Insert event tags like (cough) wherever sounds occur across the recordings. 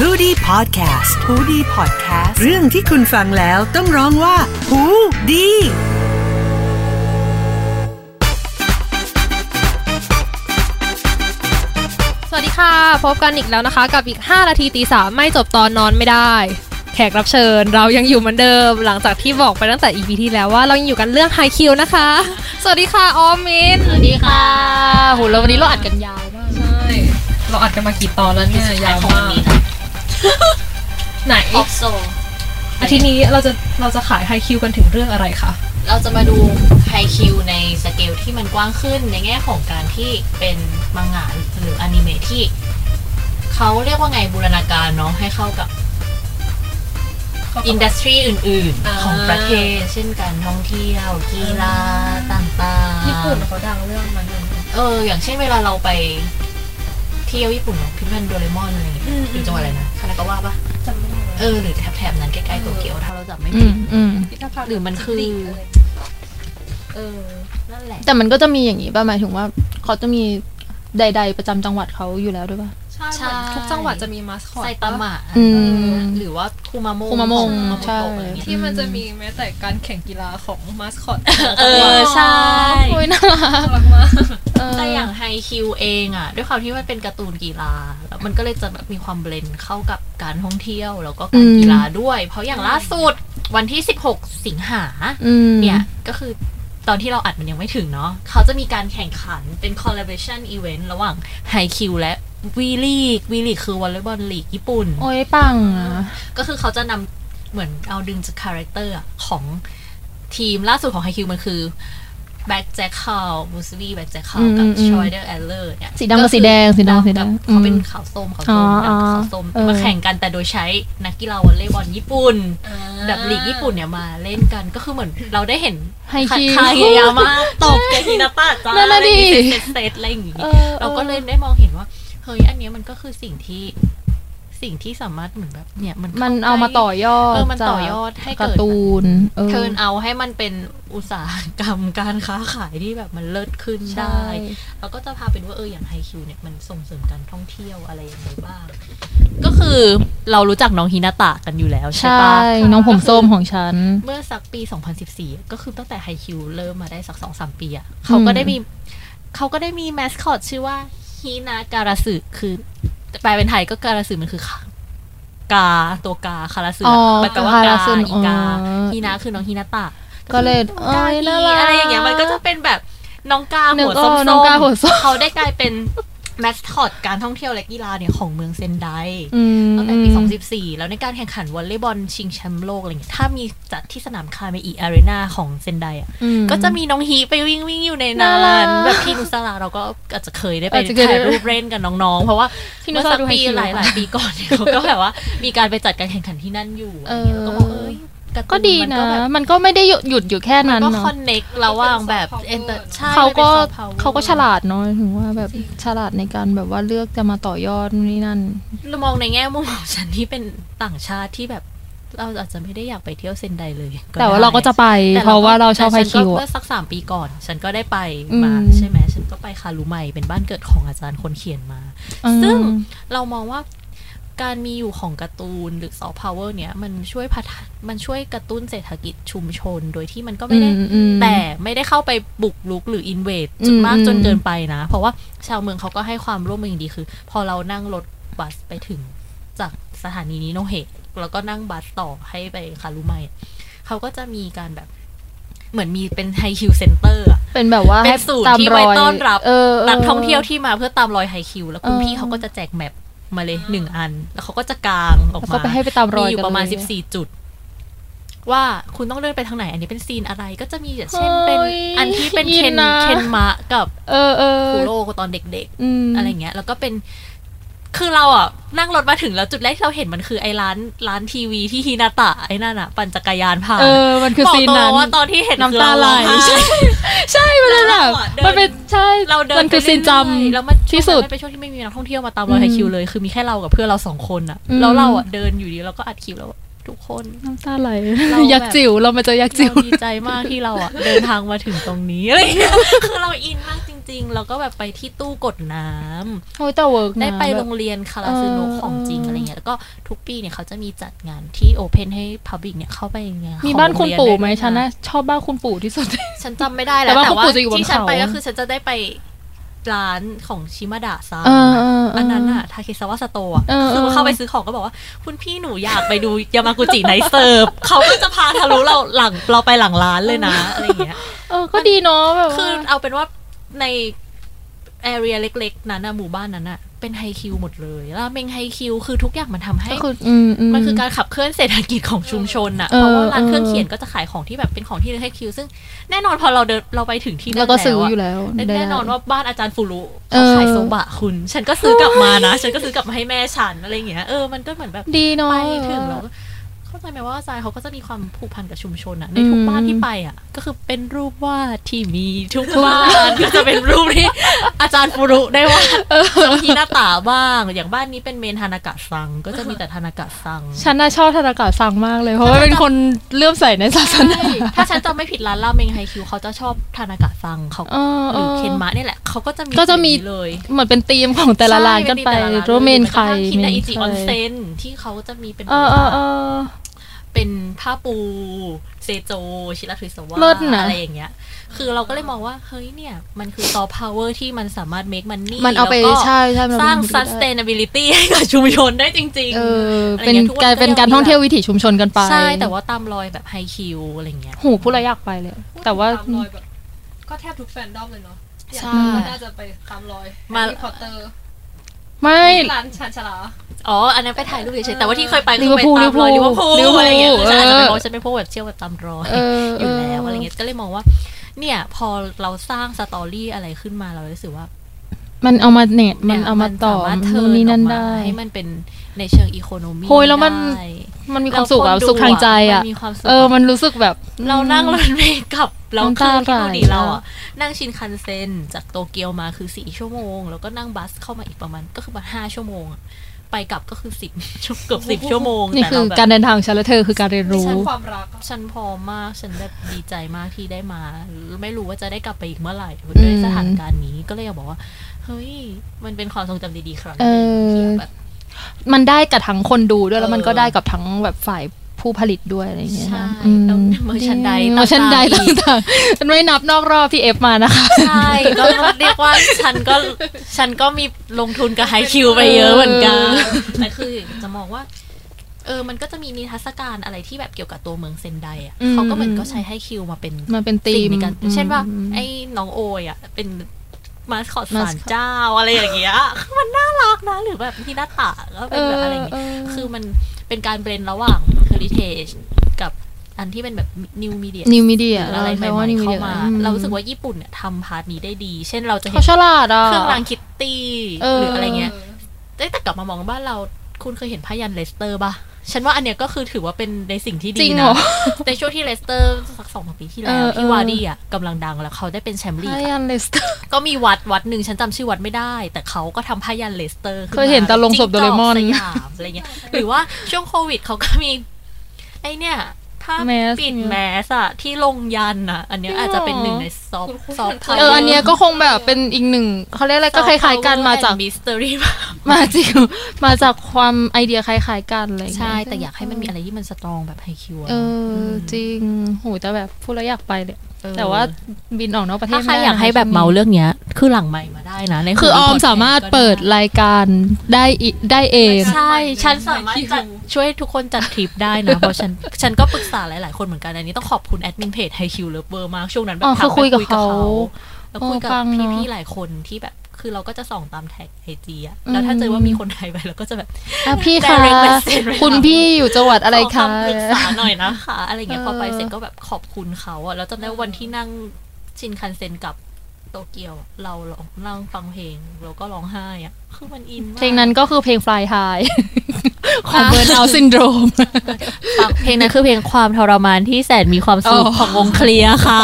h o ดี้พอดแคสต์ฮูดี้พอดแคสต์เรื่องที่คุณฟังแล้วต้องร้องว่าหูดี สวัสดีค่ะ พบกันอีกแล้วนะคะ กับอีก 5 นาทีตีสามไม่จบตอนนอนไม่ได้ แขกรับเชิญเรายังอยู่เหมือนเดิม หลังจากที่บอกไปตั้งแต่ EP ที่แล้วว่าเรายังอยู่กันเรื่องไฮคิวนะคะ สวัสดีค่ะ ออมมินสวัสดีค่ะโหแล้ววันนี้เราอัดกันยาวมาก ใช่ เราอัดกันมากี่ตอนแล้วเนี่ยยาวมาก ไหน ออกโซ อาทิตย์นี้เราจะเราจะขายไฮคิวกันถึงเรื่องอะไรคะ เราจะมาดูไฮคิวในสเกลที่มันกว้างขึ้นในแง่ของการที่เป็นมังงะหรืออนิเมะที่ เขาเรียกว่าไงบูรณาการเนาะให้เข้ากับอินดัสทรีอื่น อ่า ๆ ของประเทศ เช่นการท่องเที่ยวกีฬาต่างๆ ญี่ปุ่นเขาดังเรื่องมัน เออ อย่างเช่นเวลาเราไปเที่ยวญี่ปุ่นเนาะพิมันโดเรมอนอะไรอย่างเงี้ยอยู่จังหวัดอะไรนะคานากาวะปะ จำไม่ได้ เออหรือแถบๆนั้นใกล้ๆโตเกียวถ้าเราจำไม่ อื ผิด มอืม หรือมันคือ เออนั่นแหละ แต่มันก็จะมีอย่างนี้ป่ะหมายถึงว่าเขาจะมีใด ๆ ประจำจังหวัดเขาอยู่แล้วด้วยป่ะ ใช่ ใช่ ทุกจังหวัดจะมีมาสคอต ไซ ปะ ตามะ อืม หรือว่าคูมาโมง คุมาโมง ขอคุ ใช่ โตะอะไรเงี้ย ที่มันจะมีแม้แต่การแข่งกีฬาของมาสคอต เออ ใช่ โอ้ยน่ารัก น่ารักมาก เ แต่อย่างไฮคิวเองอ่ะ ด้วยความที่มันเป็นการ์ตูนกีฬา แล้วมันก็เลยจะแบบมีความเบลนด์เข้ากับการท่องเที่ยว แล้วก็การกีฬาด้วย เพราะอย่างล่าสุดวันที่ 16 สิงหา อืม เนี่ย ก็คือตอนที่เราอัดมันยังไม่ถึงเนาะเขาจะมีการแข่งขันเป็น collaboration event ระหว่างไฮคิวและวีลีกวีลีกคือวอลเลย์บอลลีกญี่ปุ่น โอ้ยปังอะ ก็คือเขาจะนำเหมือนเอาดึงจากคาแรคเตอร์ของทีมล่าสุดของไฮคิวมันคือแบ็กแจ็คคาวบูสลีแบ็กแจ็คคาวกับชอยเดอร์แอลเลอร์เนี่ย สีดำกับสีแดงสีดำสีแดง กับเขาเป็น อืม ขาวส้มขาวส้ม อ๋ดำกัอบขาวส้ม เออ มาแข่งกันแต่โดยใช้นักกีฬาวอลเลย์บอลญี่ปุ่น แบบลีกญี่ปุ่นเนี่ยมาเล่นกันก็คือเหมือนเราได้เห็น ไฮคิว คาเกยามะตบกับฮินาตะจ้า นั่น อะไร น่ะ อย่างงี้ ดิ เซตเซตๆอะไรอย่างงี้ ออ เราก็เลยได้มองเห็นว่า เฮ้ย อันเนี้ยมันก็คือสิ่งที่สิ่งที่สามารถเหมือนแบบเนี่ยมัน มันเอามาต่อยอด เออมันต่อ จาก ยอดให้ กา เกิด ร์ตูนเออ เทิร์นเอาให้มันเป็นอุตสาหกรรมการค้าขายที่แบบมันเลิศขึ้น ใช่ ได้เราก็จะพาเป็นว่าเอออย่างไฮคิวเนี่ยมันส่งเสริมการท่องเที่ยวอะไรอย่างไรบ้าง ก็คือเรารู้จักน้องฮินาตะกันอยู่แล้วใช่ ใช่ ปะ น้องผมส้มของฉัน เมื่อสักปี 2014 ก็คือตั้งแต่ไฮคิวเริ่มมาได้สักสองสามปีอะเขาก็ได้มี เขาก็ได้มีแมสคอตชื่อว่าฮินาการาสึคือแปลเป็นไทยก็การาสึมันคือกาตัวกาคาราสึ อ๋อ มันแปลว่ากา การาสึ อีกา อ๋อ ฮินาคือน้องฮินาตะ ก็เลย น้องกา เอ้ยน่ารัก อะไรอย่างเงี้ยมันก็จะเป็นแบบน้องกาหันึวกอ ส้ อ ม กน้องกาหัวส้ม เขาได้กลายเป็นแมสคอตการท่องเที่ยวและกีฬาเนี่ยของเมืองเซนได อืม ตั้งแต่ปี 2014 แล้วในการแข่งขันวอลเลย์บอลชิงแชมป์โลกอะไรเงี้ย ถ้ามีจัดที่สนามคาเมอิอารีนาของเซนไดอ่ะ อื ก็จะมีน้องฮีไปวิ่งวิ่งอยู่ใน น่า นั้ รัก นแบบพี่นุสราเราก็อาจจะเคยได้ไป อาจจะเคยได้ ถ่ายรูปเล่นกับน้องๆ เพราะว่า พี่นุสราดู เมื่อสักปี ไฮคิว หลายหลายๆปีก่อนเนี่ยเขาก็แบบว่า มีการไปจัดการแข่งขันที่นั่นอยู่อะไรเงี้ยแล้วก็บอก เออ เอ้ยาร์ตู ก็ดีมันะก็แบบ มันก็ไม่ได้หยุดหยุดอยู่แค่นั้น ก็ เนาะ คอนเน็กระหว่างแบบเอนเตอร์ใช่ เขาก็ มันเป็น soft power เขาก็ฉลาดเนาะถึงว่าแบบฉลาดในการแบบว่าเลือกจะมาต่อยอดนู่นนี่นั่น เรามองในแง่มุมของฉันที่เป็นต่างชาติที่แบบ เราอาจจะไม่ได้อยากไปเที่ยวเซนไดเลยได้ แต่ว่าเราก็จะไป แต่ เพราะว่าเราชอบไฮ แต่ฉันก็ คิว เมื่ อะ อสักสามปีก่อน ฉันก็ได้ไปมา อืม ใช่ไหมฉันก็ไปคารุไมเป็นบ้านเกิดของอาจารย์คนเขียนมา ซึ่ง อืม เรามองว่าการมีอยู่ของการ์ตูนหรือซอฟต์พาวเวอร์เนี่ยมันช่วยพัฒนมันช่วยกระตุ้นเศรษฐกิจชุมชนโดยที่มันก็ไม่ได้ อืมอืม แต่ไม่ได้เข้าไปบุกลุกหรืออินเวดจน อืม มากจน อืม เกินไปนะ เพราะว่าชาวเมืองเขาก็ให้ความร่วมมืออย่างดีคือ พอเรานั่งรถบัสไปถึงจากสถานีนิโนเฮะแล้วก็นั่งบัสต่อให้ไปคารุไมอะเขาก็จะมีการแบบเหมือนมีเป็นไฮคิวเซ็นเตอร์ เป็นแบบว่า เป็นสูตรที่ไว้ต้อนรับ เออเออ นักท่องเที่ยวที่มาเพื่อตามรอยไฮคิว แล้วคุณ เออ พี่เขาก็จะแจกแมปมาเลยหนึ่งอัน แล้วเขาก็จะกางออก แล้ว มา ก็ไปให้ไปตามรอยกันเลย อยู่ประมาณสิบสี่จุด ว่าคุณต้องเดินไปทางไหน อันนี้เป็นซีนอะไรก็จะมีอย่างเช่นเป็น เฮ้ย อันที่เป็น ยิ เคน นนะ เคนมะกับ เออเออ คุโร่ตอนเด็ก ๆ ม อะไรเงี้ย แล้วก็เป็น คือเราอ่ะ นั่งรถมาถึงแล้วจุดแรกที่เราเห็นมันคือไอ้ร้านร้านทีวีที่ฮินาตะไอ้นั่นอ่ะ ปั่นจักรยานผ่าน เออมันคือ บอก ซีน ตร นั้ ง น ว่าตอนที่เห็น น้ำตาไหล คือเรร้องไห้ ใช่ใช่มันเลยแบบ แล้วเราอะเดิน มันเป็นใช่ เราเดิน มันคือ ไป ซีน เรื่ย จ ๆแล้วมัน ำที่สุด ช่วงนั้นมันเป็นช่วงที่ไม่มีนักท่องเที่ยวมาตามรอย อืม ไฮคิวเลย คือมีแค่เรากับเพื่อนเราสองคนอะ อืม แล้วเราอะเดินอยู่ดีเราก็อัดคลิปแล้วทุกคน น้ำตาไหล เราแบบ ยักษ์จิ๋วเรามาเจอยักษ์จิ๋ว (laughs) เราดีใจมากที่เราอะเดินทางมาถึงตรงนี้อะไรอย่างเงี้ยคือเราอินมากจ จริง แล้วก็แบบไปที่ตู้กดน้ำ โอ้ยแต่เวิร์กนะ ได้ไป แบบ โรงเรียนคาราซูโนะ เออ ของจริงอะไรเงี้ยแล้วก็ทุกปีเนี่ยเขาจะมีจัดงานที่โอเพนให้พับบิกเนี่ยเข้าไปงาน มีบ้านคุณ ของ ปู่ โรงเรีย ไหม ด้วยะ ฉันน่ะชอบบ้านคุณปู่ที่สุด ฉันจำไม่ได้แล้วแต่แต่ว่าคุณ ว่า ปู่จะอยู่บน ที่ฉันไป เขา ก็คือฉันจะได้ไปร้านของชิมาดะซา เออเออเออ อันนั้นอะทาเคซาวะสโตะ เออ คือ เออ เข้าไปซื้อของก็บอกว่า คุณพี่หนูอยากไปดู ยามากุจิไนเซิร์ฟเขาก็จะพาทะลุเราหลังเราไปหลังร้านเลยนะ อะไรอย่างเงี้ย เออก็ดีเนาะแบบ คือ ว่า เอาเป็นว่าในแอเรียเล็กๆ นั้นนะหมู่บ้านนั้นอะเป็นไฮคิวหมดเลยแล้วเมงไฮคิวคือทุกอย่างมันทำให้ ก็คืออืมอืม มันคือการขับเคลื่อนเศรษฐกิจของชุมชนอะ เออ เพราะว่าร้านเครื่อง เออ เขียนก็จะขายของที่แบบเป็นของที่เลือกให้คิว ซึ่งแน่นอนพอเราเดินเราไปถึงที่นั่น แล้วก็ซื้ออยู่ ะ แล้ว แน่ ได้ แน่นอนว่าบ้านอาจารย์ฟูรุ เอ เขา อ ขายโซบะคุณ ฉันก็ซื้อกลับมานะ ฉันก็ซื้อกลับมาให้แม่ฉันอะไรอย่างเงี้ยเออมันก็เหมือนแบบ ดีเนาะ ไปถึงแล้วเข้าใจไหมว่าอาจารย์เขาก็จะมีความผูกพันกับชุมชนอะในทุก อืม บ้านที่ไปอะก็คือเป็นรูปวาดที่มีทุกบ้าน (laughs) ก็จะเป็นรูปที่ อาจารย์ฟูรุได้ว่าบางทีหน้าตาบ้าง อย่างบ้านนี้เป็นเมนฮานากะซัง ก็จะมีแต่ฮานากะซัง ฉันน่ะชอบธนากาสังมากเลย เพราะว่าเป็นคนเลื่อมใสในศาสนา ถ้าฉันจำไม่ผิดร้านราเมงไฮคิวเขาจะชอบทานากะซังเขา เออ หรือเคน เออ มะเนี่ยแหละเขาก็จะมี ก็จะมี สีนี้เลย เหมือนเป็นธีมของแต่ละร้านกันไป ใช่ โรเมนใคร คิน เม ดาน อิจิ ใค อ ร อนเซนที่เขาจะมีเป็น เออเออเออ เป็นผ้าปูเซโจ ชิราทริสวะ เลิศนะ อะไรอย่างเงี้ย คือเราก็เลยมองว่า เฮ้ยเนี่ย มันคือซอฟต์พาวเวอร์ที่มันสามารถ make money มันเอาไป แล้วก็ ใช่ใช่มันเอาไป สร้าง ทำธุรกิจได้ sustainability ให้กับชุมชนได้จริง เออ ๆะไร เป็น งี้ทุวั กลายเป็นการท่องเที่ยววิถีชุมชนกันไป ใช่แต่ว่าตามรอยแบบไฮคิวอะไรเงี้ย หูพูดแล้วอยากไปเลย แต่ว่า ตมรอยแบบก็แทบทุกแฟนดอมเลยเนาะอยาก ใช่ รู้ว่าน่าจะไปตามรอย มา แฮร์รี่พอตเตอร์ ไม่ ร้านชานชาลา อ๋อ อันนั้นไปถ่ายรูปเฉยๆแต่ว่าที่เคยไป ลิ คือ เวอ ไป ร์ตามรพูลอย ลิ ลิ เว เวอร์อร์พู พู ล ลอะไรอย่างเงี้ย ลิ ฉัน เวอร์พูล อาจจะเป็นเพราะเออว่าฉันเป็นพวกแบบเที่ยวแบบตามรอย เออ อยู่แล้วอะไรเงี้ยก็เลยมองว่า เนี่ยพอเราสร้างสตอรี่อะไรขึ้นมาเรารู้สึกว่า มันเอามาเน็ตมั มัน เอามาต่อ สรถ นู่น turn นี่นั่น ออกมา ได้ ให้มันเป็นในเชิงอีโคโนมี โหยแล้วมัน ได้ มันมีความสุขอะสุขทางใจอะ มันมีความสุข เออมันรู้สึกแบบ เรานั่งรถเมล์กลับเรา น้ำ คื ตา อ ไหล ที่ดูดีเราอะ นะ นั่งชินคันเซ็นจากโตเกียวมาคือสี่ชั่วโมง แล้วก็นั่งบัสเข้ามาอีกประมาณก็คือประมาณห้าชั่วโมงอะไปกลับก็คือสิบเกือบสิบชั่วโมง นี่ แต่ คือ เราแบบ การเดินทางของฉันและเธอคือการเรียนรู้ ฉันความรักอะ ฉันพร้อมมาก ฉันแบบดีใจมากที่ได้มา ไม่รู้ว่าจะได้กลับไปอีกเมื่อไหร่ อืม ด้วยสถานการณ์นี้ก็เลยอยากบอกว่า เฮ้ย มันเป็นความทรงจำดีๆครั้งห เอ นึง อ ที่แบบ มันได้กับทั้งคนดูด้วยแล้วมันก็ เออ ได้กับทั้งแบบฝ่ายผู้ผลิตด้วยอะไรอย่างเงี้ย ใช่ อืม แล้วเมอร์ชันได เมอร์ชันไดต่างๆมันไม่นับนอกรอบพี่เอฟมานะคะ ใช่ ก็เรียกว่าฉันก็ฉันก็มีลงทุนกับไฮคิวไปเยอะเหมือนกัน แต่คือจะมองว่า เออ มันก็จะมีนิทรรศการอะไรที่แบบเกี่ยวกับตัวเมืองเซนไดอ่ะ อืม เขาก็เหมือนก็ใช้ไฮคิวมาเป็น มันเป็นธี สิ่ ม งในการ อืม เช่นว่า ไอ้น้องโอยอ่ะ เป็นมาสคอต มาสคอต สารเจ้าอะไรอย่างเงี้ยคือมันน่ารักนะ หรือแบบที่หน้าตาก็ เอ เป็น อ แบบอะไรอย่าง เอ เงี้ย อ คือมันเป็นการเบรนระหว่าง heritage กับอันที่เป็นแบบนิวมีเดีย New Media ออะไรใหม่ เราใช้ว่า ๆ New เข้า Media มา อืม เรารู้สึกว่าญี่ปุ่นเนี่ยทำพาร์ทนี้ได้ดี เช่นเราจะเห็ เขา น ฉลาดอ่ะ เครื่องรางคิตตี้ เออ หรืออะไรเงี้ยเอ้ยแต่กลับมามองบ้านเราคุณเคยเห็นพยันเลสเตอร์ป่ะฉันว่าอันเนี้ยก็คือถือว่าเป็นในสิ่งที่ จริ ดี งเหร นะ อ ในช่วงที่เลสเตอร์สักสองสามปีที่แล้ เอ ว อ ที่ เออ วาร์ดี้อ่ะกำลังดังแล้วเขาได้เป็นแชมป์ลี ไอก ยันเลสเตอร์ ก็มีวัดวัดหนึ่งฉันจำชื่อวัดไม่ได้ แต่เขาก็ทำผ้ายันเลสเตอร์ขึ้นมา เคยเห็นตาลงศพโดเรมอน จิ้งจกสยามอะไรเงี้ยหรือว่าช่วงโควิดเขาก็มี ไอเนี่ยผ้า แมส ปิดแมสอะที่ลงยันอะอันเนี้ยอาจจะเป็นหนึ่งในซอฟ คุณคุณ ซอฟ คุณ เอออันเนี้ยก็คงแบบเป็นอีกหนึ่งเขาเรียกอะไรก็คล้ายๆกันมาจาก มิสเตอรี่ มาจริงมาจากความไอเดียคล้ายๆกันอะไรอย่างเงี้ย ใช่ แต่อยากให้มันมีอะไรที่มันสตรองแบบไฮคิว เอออจริงโหแต่แบบพูดแล้วอยากไปเลยแต่ว่าบินออกนอกประเทศ ถ้าใคร ไม่ได้ อยากให้ นะ แบบ ช่ว เมาง นี้ เรื่องเนี้ยคือหลังใหม่มาได้นะใน คือออมสามารถเปิดรายการได้อิได้เอง ใช่ ฉันสามารถจัดช่วยทุกคนจัดทริปได้นะ (laughs) เพราะฉันฉันก็ปรึกษาหลาย ๆ คนเหมือนกัน อันนี้ต้องขอบคุณแอดมินเพจไฮคิวเลเวอร์มาก ช่วงนั้นแบบ อ๋อ ถาม คือคุยกับเขา แล้วคุยกับ โอ้ฟังเนอะ พี่ ๆ หลายคนที่แบบ คือเราก็จะส่องตามแท็กไอจีอะแล้วถ้าเจอว่ามีคนไทยไปเราก็จะแบบ อ่ะพี่คะ direct message ไว้หน่อย คุณพี่อยู่จังหวัดอะไร ขอ คะ คำปรึกษาหน่อยนะคะ อะไรเงี้ย เอพออไปเสร็จก็แบบขอบคุณเขาอะแล้วจำได้วันที่นั่งชินคันเซ็นกลับโตเกียวอะเราลองนั่งฟังเพลงแล้วก็ร้องไห้อะคือมันอินมาก เพลงนั้นก็คือเพลง Fly (laughs) High ของเบิร์นเอาซินโดรม ฟังเพลงนั้นคือเพลงความทรมานที่แสนมีความสุข อ๋อ ของวงเคลียร์ค่ะ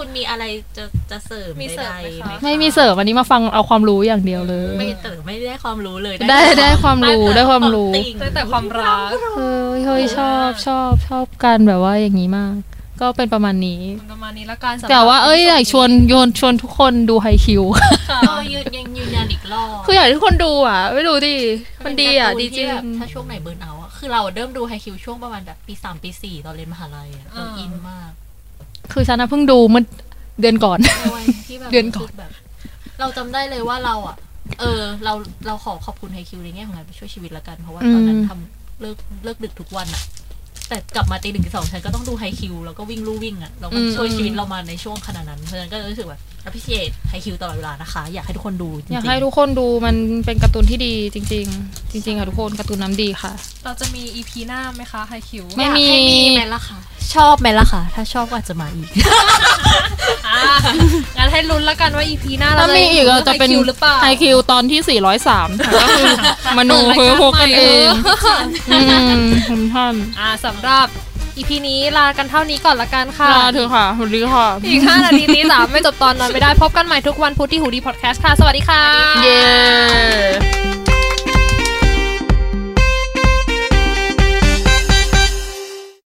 คุณมีอะไรจะจะเสริม มีเสริมไหมคะ ใดๆห ไม่มีเสริมอันนี้มาฟังเอาความรู้อย่างเดียวเลย ไม่เสริมไม่ได้ความรู้เลย ได้ได้ความรู้ได้ความรู้ ติ่ง ได้แต่ความรัก เฮ้ยเฮ้ยชอบชอบชอบกันแบบว่าอย่างนี้มาก ก็เป็นประมาณนี้ ประมาณนี้ละกันสำหรับ แต่ว่าเอ้ยอยากชวนโยนชวนทุกคนดูไฮคิว ค่ะ ก็ยืนยังยืนยันอีกรอบ คืออยากให้ทุกคนดูอ่ะ ไม่รู้ดิ มันดีอ่ะ เป็ ดี น จริง การ์ตูนที่แบบถ้าช่วงไหนเบิร์นเอาท์อะคือเราเริ่มดูไฮคิวช่วงประมาณแบบปีสามปีสี่ตอนเรียนมหาลัยอะเรา อ่า อินมาก คือฉันนะเพิ่งดูเมื่อเดือนก่อน ในวัยที่แบบ เดือนก่อน รู้สึแบบ เราจำได้เลยว่าเราอ่ะ เออ เราเราขอขอบคุณไฮคิวในแง่ของการช่วยชีวิตละกันเพราะว่าตอนนั้นทำเลิกเลิกดึกทุกวันอ่ะ แต่กลับมาตีหนึ่งตีสองฉันก็ต้องดูไฮคิวแล้วก็วิ่งลู่วิ่งอ่ะเรามันช่วยชีวิตเรามาในช่วงขนาดนั้นเพราะฉะนั้นก็เลยรู้สึกแบบอภิเชษไฮคิวตลอดเวลานะคะ อยากให้ทุกคนดูจริงๆ อยากให้ทุกคนดูมันเป็นการ์ตูนที่ดีจริง ๆ จริง ๆ ค่ะทุกคนการ์ตูนน้ำดีค่ะ เราจะมี EP หน้าไหมคะไฮคิว ไม่มี อยากให้ไหมล่ะค่ะ ชอบไหมล่ะค่ะ ถ้าชอบก็อาจจะมาอีก อ่ะ (laughs) งั้นให้ลุ้นละกันว่า EP หน้าเรา ถ้ามีอีกเราจะเป็น ไฮคิวหรือเปล่า ไฮคิวตอนที่ 403ค่ะก็คือมานูเพื่อพวกกันเองอืม (laughs) คุณท่าน อ่ะสำหรับ EP นี้ลากันเท่านี้ก่อนละกันค่ะ ลาเถอะค่ะสวัสดีค่ะ อีก5นาทีนี้สามไม่จบตอนนอนไม่ได้พบกันใหม่ทุกวันพุธที่หูดีพอดแคสต์ค่ะ สวัสดีค่ะ เย้